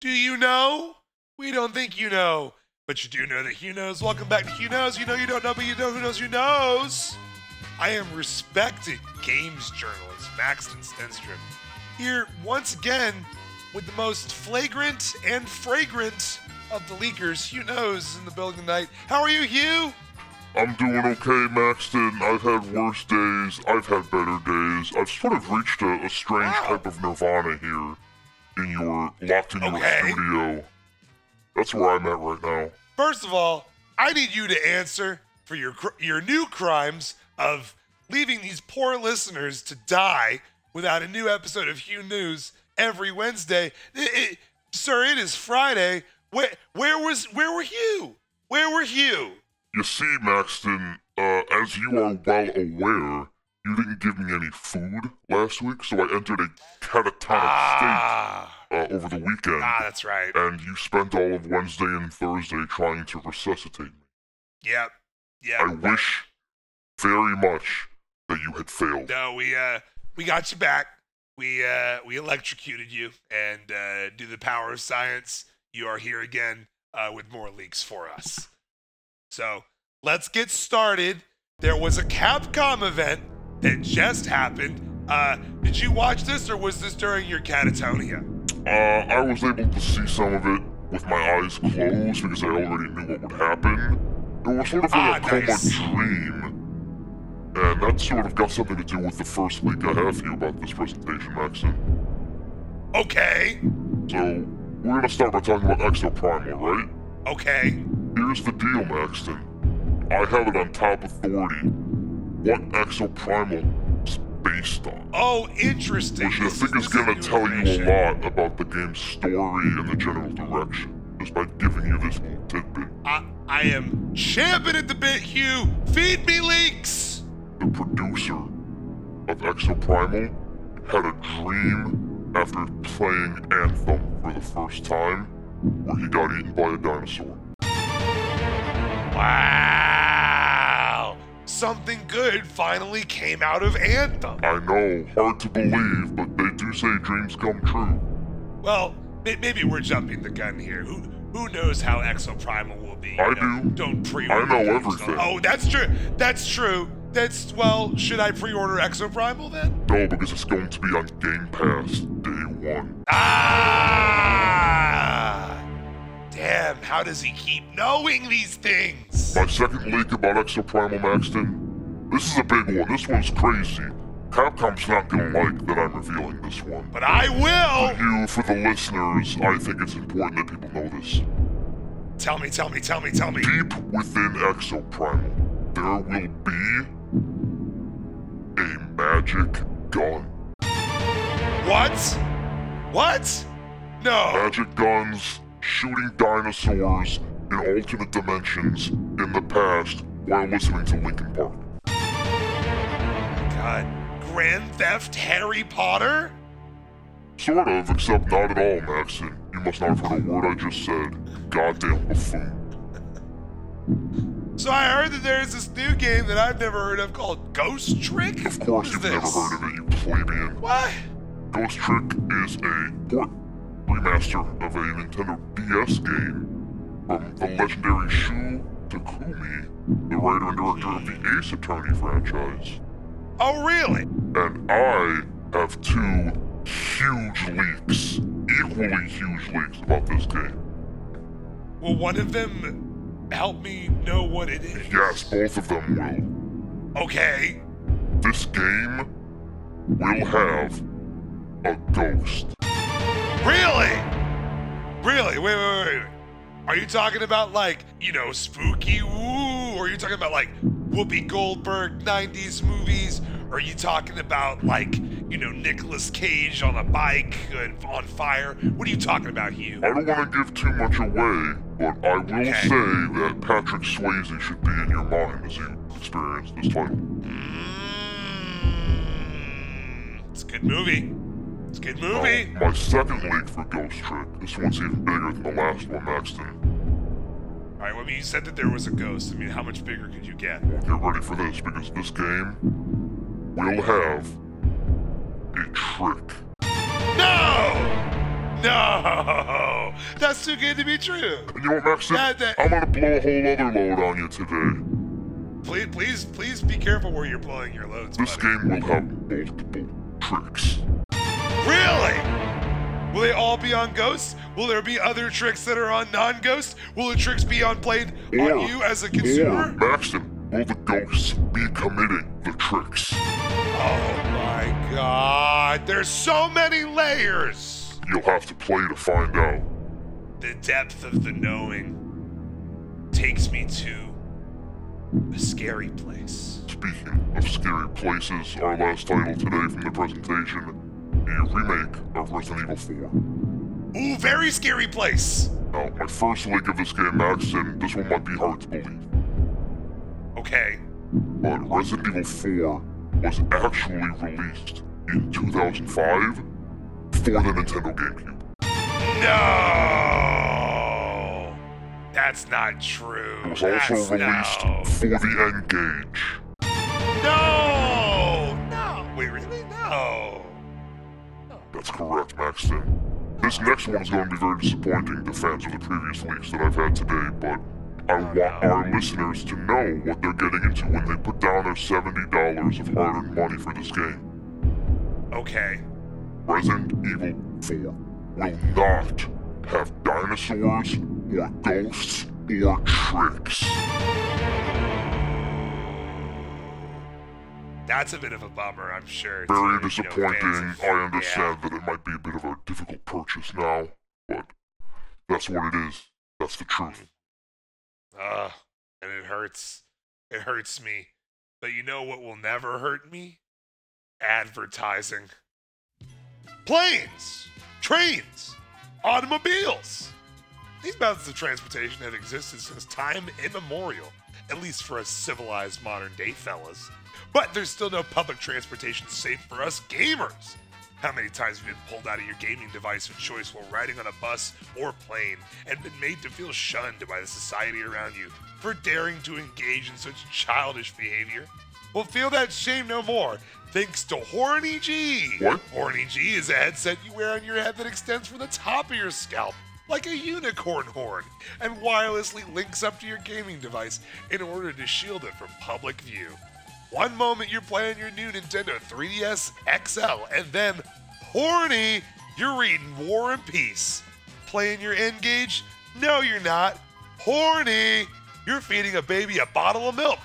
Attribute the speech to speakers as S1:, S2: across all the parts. S1: Do you know? We don't think you know, but you do know that Hugh knows. Welcome back to Hugh Knows. You know you don't know, but you know who knows who knows. I am respected games journalist Maxton Stenstrom here once again with the most flagrant and fragrant of the leakers. Hugh knows in the building tonight. How are you, Hugh?
S2: I'm doing okay, Maxton. I've had worse days. I've had better days. I've sort of reached a, a strange
S1: Wow.
S2: type of nirvana here in your locked in your
S1: Okay.
S2: studio. That's where I'm at right now.
S1: First of all, I need you to answer for your cr- your new crimes of leaving these poor listeners to die without a new episode of Hugh News every Wednesday. It- it- sir, it is Friday. Where where was where were Hugh? Where were Hugh?
S2: You see, Maxton, uh, as you are well aware, you didn't give me any food last week, so I entered a catatonic
S1: Ah,
S2: state uh, over the weekend,
S1: ah, that's right.
S2: and you spent all of Wednesday and Thursday trying to resuscitate me.
S1: Yep, yep.
S2: I wish very much that you had failed.
S1: No, we uh we got you back. We uh we electrocuted you and uh do the power of science. You are here again uh with more leaks for us. So, let's get started. There was a Capcom event that just happened. Uh did you watch this or was this during your catatonia?
S2: Uh, I was able to see some of it with my eyes closed because I already knew what would happen. It was sort of like
S1: Ah,
S2: a coma
S1: nice.
S2: dream. And that sort of got something to do with the first leak I have for you about this presentation, Maxon.
S1: Okay.
S2: So, we're gonna start by talking about Exoprimal, right?
S1: Okay.
S2: Here's the deal, Maxton. I have it on top authority what Exoprimal is based on.
S1: Oh, interesting.
S2: Which I
S1: This
S2: think
S1: this
S2: is gonna
S1: new
S2: tell you a
S1: information.
S2: lot about the game's story and the general direction, just by giving you this little tidbit.
S1: I, I am champing at the bit, Hugh. Feed me leaks.
S2: The producer of Exoprimal had a dream after playing Anthem for the first time, where he got eaten by a dinosaur.
S1: Wow! Something good finally came out of Anthem.
S2: I know, hard to believe, but they do say dreams come true.
S1: Well, may- maybe we're jumping the gun here. Who who knows how Exoprimal will be? you
S2: I
S1: know?
S2: do.
S1: Don't pre.
S2: I know everything.
S1: Oh, that's true. That's true. That's well. Should I pre-order Exoprimal then?
S2: No, because it's going to be on Game Pass day one.
S1: Ah! Damn! How does he keep knowing these things?
S2: My second leak about Exoprimal Maxton. This is a big one. This one's crazy. Capcom's not gonna like that I'm revealing this one.
S1: But I
S2: For
S1: will.
S2: you, for the listeners, I think it's important that people know this.
S1: Tell me. Tell me. Tell me. Tell me.
S2: Deep within Exoprimal, there will be a magic gun.
S1: What? What? No.
S2: Magic guns shooting dinosaurs in alternate dimensions in the past while listening to Linkin Park.
S1: God. Grand Theft Harry Potter?
S2: Sort of, except not at all, Maxon. You must not have heard a word I just said. You Goddamn buffoon.
S1: So I heard that there's this new game that I've never heard of called Ghost Trick?
S2: Of course you've never heard of it, you plebeian.
S1: What?
S2: Ghost Trick is a port remaster of a Nintendo DS game from um, the legendary Shu Takumi, the writer and director of the Ace Attorney franchise.
S1: Oh, really?
S2: And I have two huge leaks, equally huge leaks about this game.
S1: Will one of them help me know what it is?
S2: Yes, both of them will.
S1: Okay.
S2: this game will have a ghost.
S1: Really? Really? Wait, wait, wait, wait. Are you talking about, like, you know, spooky woo? Or are you talking about, like, Whoopi Goldberg 90s movies? Or are you talking about, like, you know, Nicolas Cage on a bike and on fire? What are you talking about, Hugh?
S2: I don't want to give too much away, but I will
S1: Okay.
S2: say that Patrick Swayze should be in your mind as you experience this title.
S1: Mm, It's a good movie. It's a good
S2: Now,
S1: movie.
S2: my second leak for Ghost Trick, this one's even bigger than the last one, Maxton.
S1: All right, well, I mean, you said that there was a ghost. I mean, how much bigger could you get?
S2: Well, get ready for this because this game will have a trick.
S1: No! No! That's too good to be true.
S2: And you know what, Maxton?
S1: That- that-
S2: I'm gonna blow a whole other load on you today.
S1: Please, please, please be careful where you're blowing your loads,
S2: This
S1: buddy.
S2: game will have multiple tricks.
S1: Really? Will they all be on ghosts? Will there be other tricks that are on non-ghosts? Will the tricks be on played on
S3: Yeah.
S1: you as a consumer?
S2: Maxton, will the ghosts be committing the tricks?
S1: Oh my god, there's so many layers!
S2: You'll have to play to find out.
S1: The depth of the knowing takes me to a scary place.
S2: Speaking of scary places, our last title today from the presentation, a remake of Resident Evil 4.
S1: Ooh, very scary place!
S2: Now, my first link of this game, Maxton, this one might be hard to believe,
S1: Okay.
S2: but Resident Evil 4 was actually released in 2005 for the Nintendo GameCube.
S1: No! That's not true.
S2: It was
S1: That's
S2: also released
S1: no.
S2: for the N-Gage.
S1: No! No! Wait, really? No!
S2: E. That's correct, Maxton. This next one is going to be very disappointing to fans of the previous leaks that I've had today, but I want our listeners to know what they're getting into when they put down their $70 of hard earned money for this game.
S1: Okay.
S2: Resident Evil 4 will not have dinosaurs or ghosts or tricks.
S1: That's a bit of a bummer, I'm sure. to, you
S2: Very
S1: know,
S2: disappointing.
S1: fans.
S2: I understand that it might be a bit of a difficult purchase now, but that's what it is. That's the truth.
S1: Yeah. Ugh. and it hurts. It hurts me. But you know what will never hurt me? Advertising. Planes, trains, automobiles. These methods of transportation have existed since time immemorial, at least for us civilized modern day fellas. But there's still no public transportation safe for us gamers. How many times have you been pulled out of your gaming device of choice while riding on a bus or plane and been made to feel shunned by the society around you for daring to engage in such childish behavior? Well, feel that shame no more, thanks to Horny G.
S2: What?
S1: Horny G is a headset you wear on your head that extends from the top of your scalp, like a unicorn horn, and wirelessly links up to your gaming device in order to shield it from public view. One moment you're playing your new Nintendo 3DS XL, and then, horny, you're reading War and Peace. Playing your N Gage? No, you're not. Horny, you're feeding a baby a bottle of milk.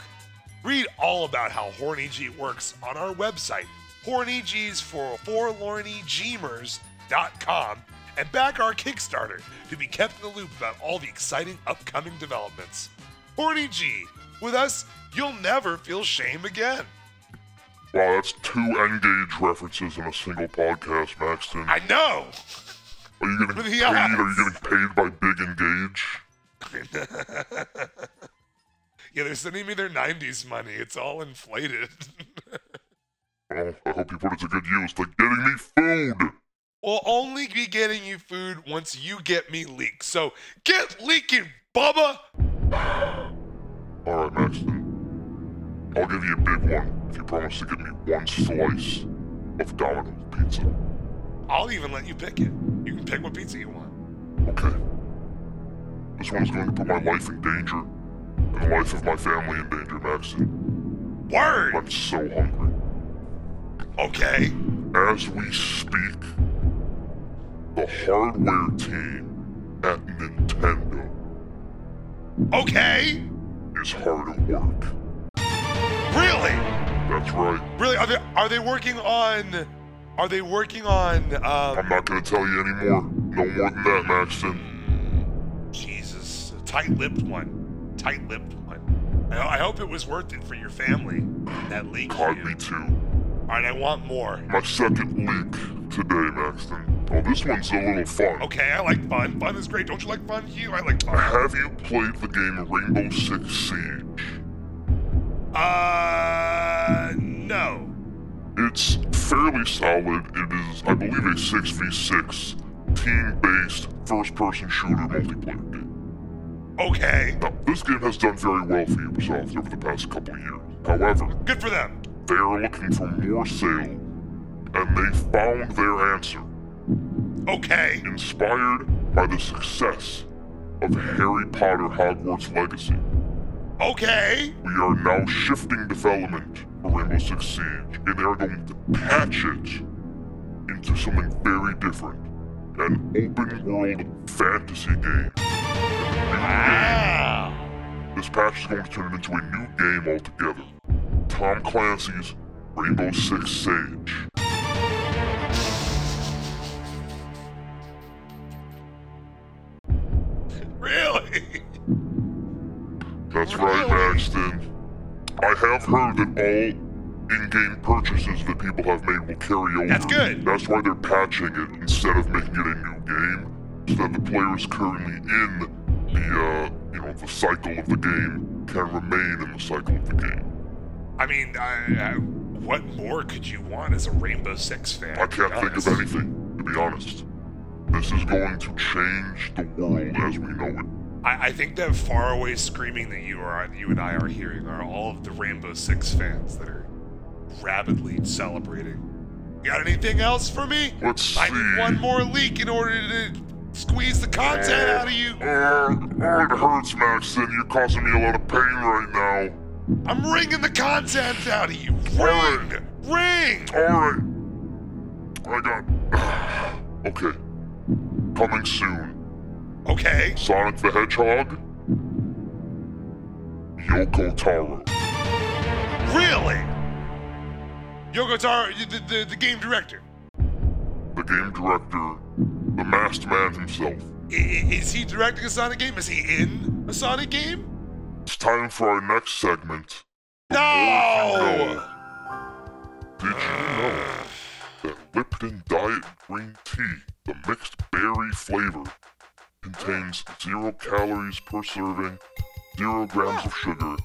S1: Read all about how Horny G works on our website, hornyg's for forlornygmers.com, and back our Kickstarter to be kept in the loop about all the exciting upcoming developments. Horny G, with us, you'll never feel shame again.
S2: Wow, that's two N-Gage references in a single podcast, Maxton.
S1: I know.
S2: Are you getting paid?
S1: Yes.
S2: Are you getting paid by Big Engage?
S1: yeah, they're sending me their 90s money. It's all inflated.
S2: Well, I hope you put it to good use, like getting me food.
S1: we'll only be getting you food once you get me leaked. So get leaking, Bubba!
S2: All right, Maxton. I'll give you a big one if you promise to give me one slice of Domino's pizza.
S1: I'll even let you pick it. You can pick what pizza you want.
S2: Okay. This one is going to put my life in danger and the life of my family in danger, Maxton.
S1: Word!
S2: I'm so hungry.
S1: Okay.
S2: As we speak, the hardware team at Nintendo
S1: Okay!
S2: is hard at work.
S1: Really?
S2: That's right.
S1: Really? Are they are they working on are they working on um
S2: I'm not gonna tell you anymore. No more than that, Maxton.
S1: Jesus. Tight lipped one. Tight lipped one. I, I hope it was worth it for your family. That leak.
S2: God,
S1: you.
S2: me too.
S1: Alright, I want more.
S2: My second leak today, Maxton. Oh, this one's a little fun.
S1: Okay, I like fun. Fun is great. Don't you like fun, Hugh? I like fun.
S2: Have you played the game Rainbow Six Siege?
S1: Uh no.
S2: It's fairly solid. It is, I believe, a 6v6 team based first person shooter multiplayer game.
S1: Okay.
S2: Now, this game has done very well for Ubisoft over the past couple years. However,
S1: Good for them.
S2: they are looking for more sales, and they found their answer.
S1: Okay.
S2: inspired by the success of Harry Potter Hogwarts Legacy.
S1: Okay.
S2: We are now shifting development for Rainbow Six Siege, and they are going to patch it into something very different an open world fantasy game.
S1: Wow.
S2: This patch is going to turn it into a new game altogether Tom Clancy's Rainbow Six Siege.
S1: Really?
S2: That's right,
S1: Really?
S2: Maxton. I have heard that all in-game purchases that people have made will carry over.
S1: That's good.
S2: That's why they're patching it instead of making it a new game, so that the players currently in the uh, you know the cycle of the game can remain in the cycle of the game.
S1: I mean, I, I, what more could you want as a Rainbow Six fan?
S2: I
S1: to be
S2: can't think
S1: honest?
S2: of anything, to be honest. This is going to change the world as we know it.
S1: I, I think that faraway screaming that you are, you and I are hearing, are all of the Rainbow Six fans that are rapidly celebrating. Got anything else for me?
S2: Let's
S1: I
S2: see.
S1: need one more leak in order to squeeze the content out of you.
S2: Uh, oh, it hurts, Maxton. You're causing me a lot of pain right now.
S1: I'm wringing the content out of you. Ring, ring.
S2: Alright. I got. okay. Coming soon
S1: Okay.
S2: Sonic the Hedgehog. Yoko Taro.
S1: Really? Yoko Taro, y- the, the, the game director.
S2: The game director. The masked man himself.
S1: I- i- is he directing a Sonic game? Is he in a Sonic game?
S2: It's time for our next segment.
S1: No!
S2: Did you know that Lipton Diet Green Tea, the mixed berry flavor, contains zero calories per serving, zero grams of sugar,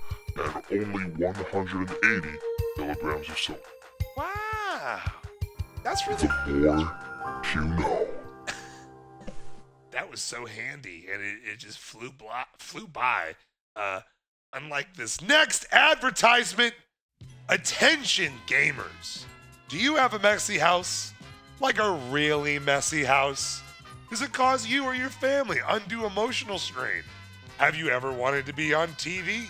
S2: and only 180 milligrams of salt?
S1: Wow. That's
S2: The
S1: really.
S2: oh, more you know.
S1: That was so handy, and it, it just flew, blo- flew by. Uh, unlike this next advertisement. Attention, gamers. Do you have a messy house? Like a really messy house? Does it cause you or your family undue emotional strain? Have you ever wanted to be on TV?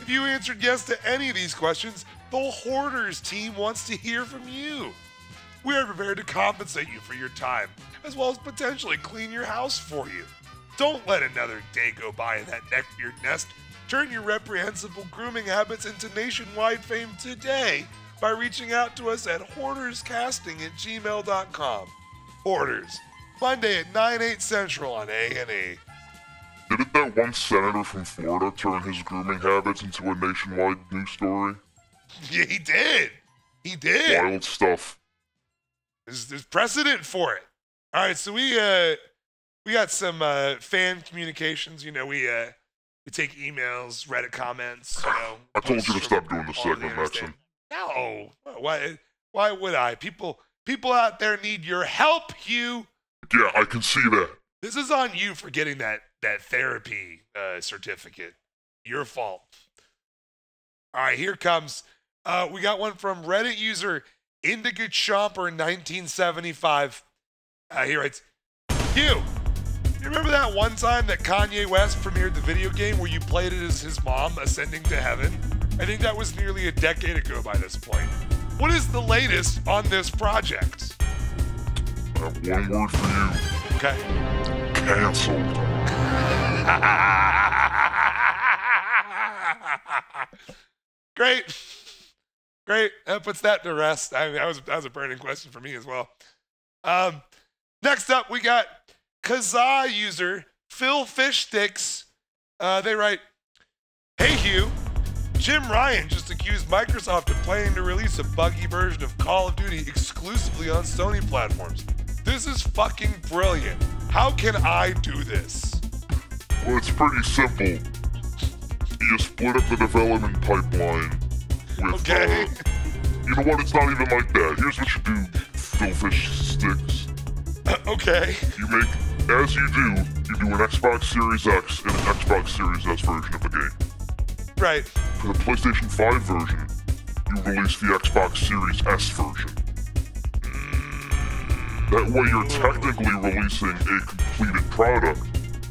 S1: If you answered yes to any of these questions, the Hoarders team wants to hear from you. We are prepared to compensate you for your time, as well as potentially clean your house for you. Don't let another day go by in that neckbeard nest. Turn your reprehensible grooming habits into nationwide fame today by reaching out to us at hoarderscasting at gmail.com. Hoarders, Monday at 9, 8 central on E. A&E.
S2: Didn't that one senator from Florida turn his grooming habits into a nationwide news story?
S1: Yeah, he did. He did.
S2: Wild stuff.
S1: There's, there's precedent for it. All right, so we uh we got some uh fan communications. You know, we uh we take emails, Reddit comments. You know,
S2: I told you to
S1: posts
S2: stop
S1: from
S2: doing this
S1: all over the
S2: segment,
S1: interstate.
S2: Maxon.
S1: No, why why would I? People people out there need your help, Hugh.
S2: Yeah, I can see that.
S1: This is on you for getting that that therapy uh, certificate. Your fault. All right, here comes. Uh, we got one from Reddit user Indica Chomper 1975. Uh, he writes, "You, you remember that one time that Kanye West premiered the video game where you played it as his mom ascending to heaven? I think that was nearly a decade ago by this point. What is the latest on this project?
S2: I have one word for you.
S1: Okay."
S2: Cancelled.
S1: Great. Great. That puts that to rest. I mean, that was that was a burning question for me as well. Um, next up, we got Kazaa user Phil Fishsticks. Uh, they write, "Hey Hugh, Jim Ryan just accused Microsoft of planning to release a buggy version of Call of Duty exclusively on Sony platforms. This is fucking brilliant. How can I do this?"
S2: Well, it's pretty simple. You split up the development pipeline with.
S1: Okay.
S2: Uh, you know what? It's not even like that. Here's what you do, Philfish Sticks.
S1: okay.
S2: You make, as you do, you do an Xbox Series X and an Xbox Series S version of the game.
S1: Right.
S2: For the PlayStation 5 version, you release the Xbox Series S version. That way, you're technically releasing a completed product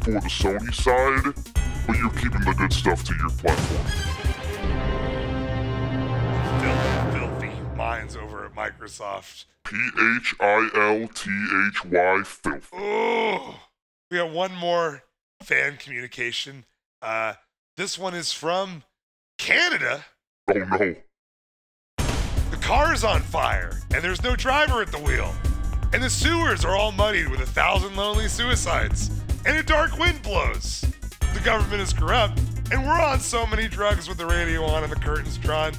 S2: for the Sony side, but you're keeping the good stuff to your platform.
S1: Filthy, filthy minds over at Microsoft.
S2: P H I L T H Y filth.
S1: Oh, we got one more fan communication. Uh, this one is from Canada.
S2: Oh no.
S1: The car's on fire, and there's no driver at the wheel. And the sewers are all muddied with a thousand lonely suicides. And a dark wind blows. The government is corrupt, and we're on so many drugs with the radio on and the curtains drawn.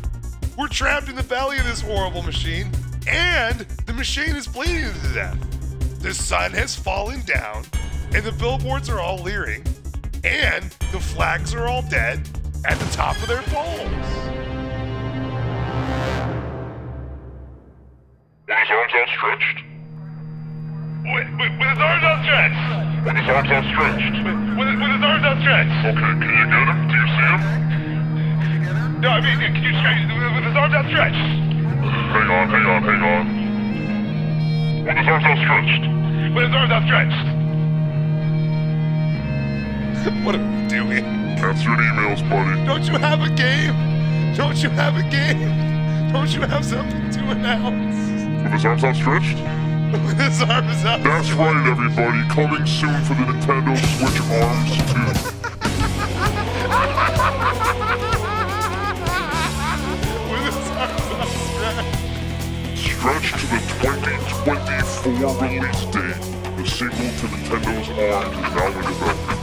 S1: We're trapped in the belly of this horrible machine, and the machine is bleeding to death. The sun has fallen down, and the billboards are all leering, and the flags are all dead at the top of their poles.
S2: With his arms outstretched.
S3: With, with, with his arms outstretched!
S2: With his arms outstretched.
S3: With, with, with his arms outstretched!
S2: Okay, can you get him? Do you see him?
S3: No, I mean, can you describe with, with his arms outstretched?
S2: Hang on, hang on, hang on. With his arms outstretched.
S3: With his arms outstretched!
S1: What are we doing?
S2: That's your emails, buddy.
S1: Don't you have a game? Don't you have a game? Don't you have something to announce?
S2: With his arms outstretched?
S1: His arm is out.
S2: That's right, everybody. Coming soon for the Nintendo Switch Arms 2.
S1: With his arms outstretched.
S2: Stretched to the 2024 release date, the sequel to Nintendo's ARMS is now in development.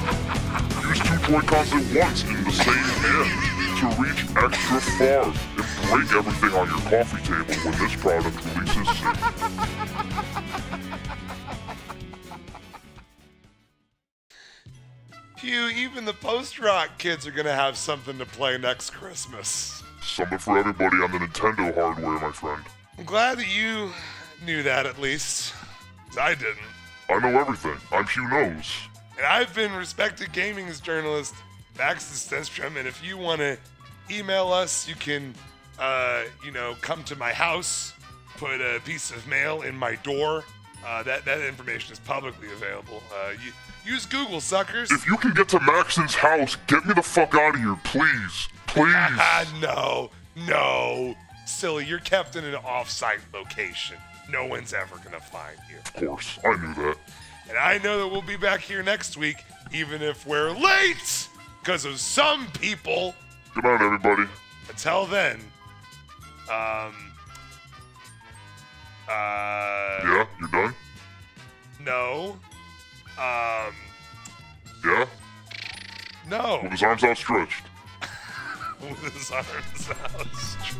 S2: Use two Joy-Cons at once in the same hand to reach extra far and break everything on your coffee table when this product releases soon.
S1: Phew, even the post rock kids are gonna have something to play next Christmas.
S2: Something for everybody on the Nintendo hardware, my friend.
S1: I'm glad that you knew that at least. 'Cause I didn't.
S2: I know everything. I'm Hugh Knows.
S1: And I've been respected gaming's journalist, Max Stenstrom. And if you want to email us, you can, uh, you know, come to my house, put a piece of mail in my door. Uh, that that information is publicly available. Uh, you, use Google, suckers.
S2: If you can get to Maxon's house, get me the fuck out of here, please. Please.
S1: Ah, no, no, silly. You're kept in an off-site location. No one's ever gonna find you.
S2: Of course, I knew that.
S1: And I know that we'll be back here next week, even if we're late because of some people.
S2: Good night, everybody.
S1: Until then, um, uh,
S2: Yeah, you're done?
S1: no, um,
S2: Yeah?
S1: no,
S2: With his arms outstretched.
S1: with his arms outstretched.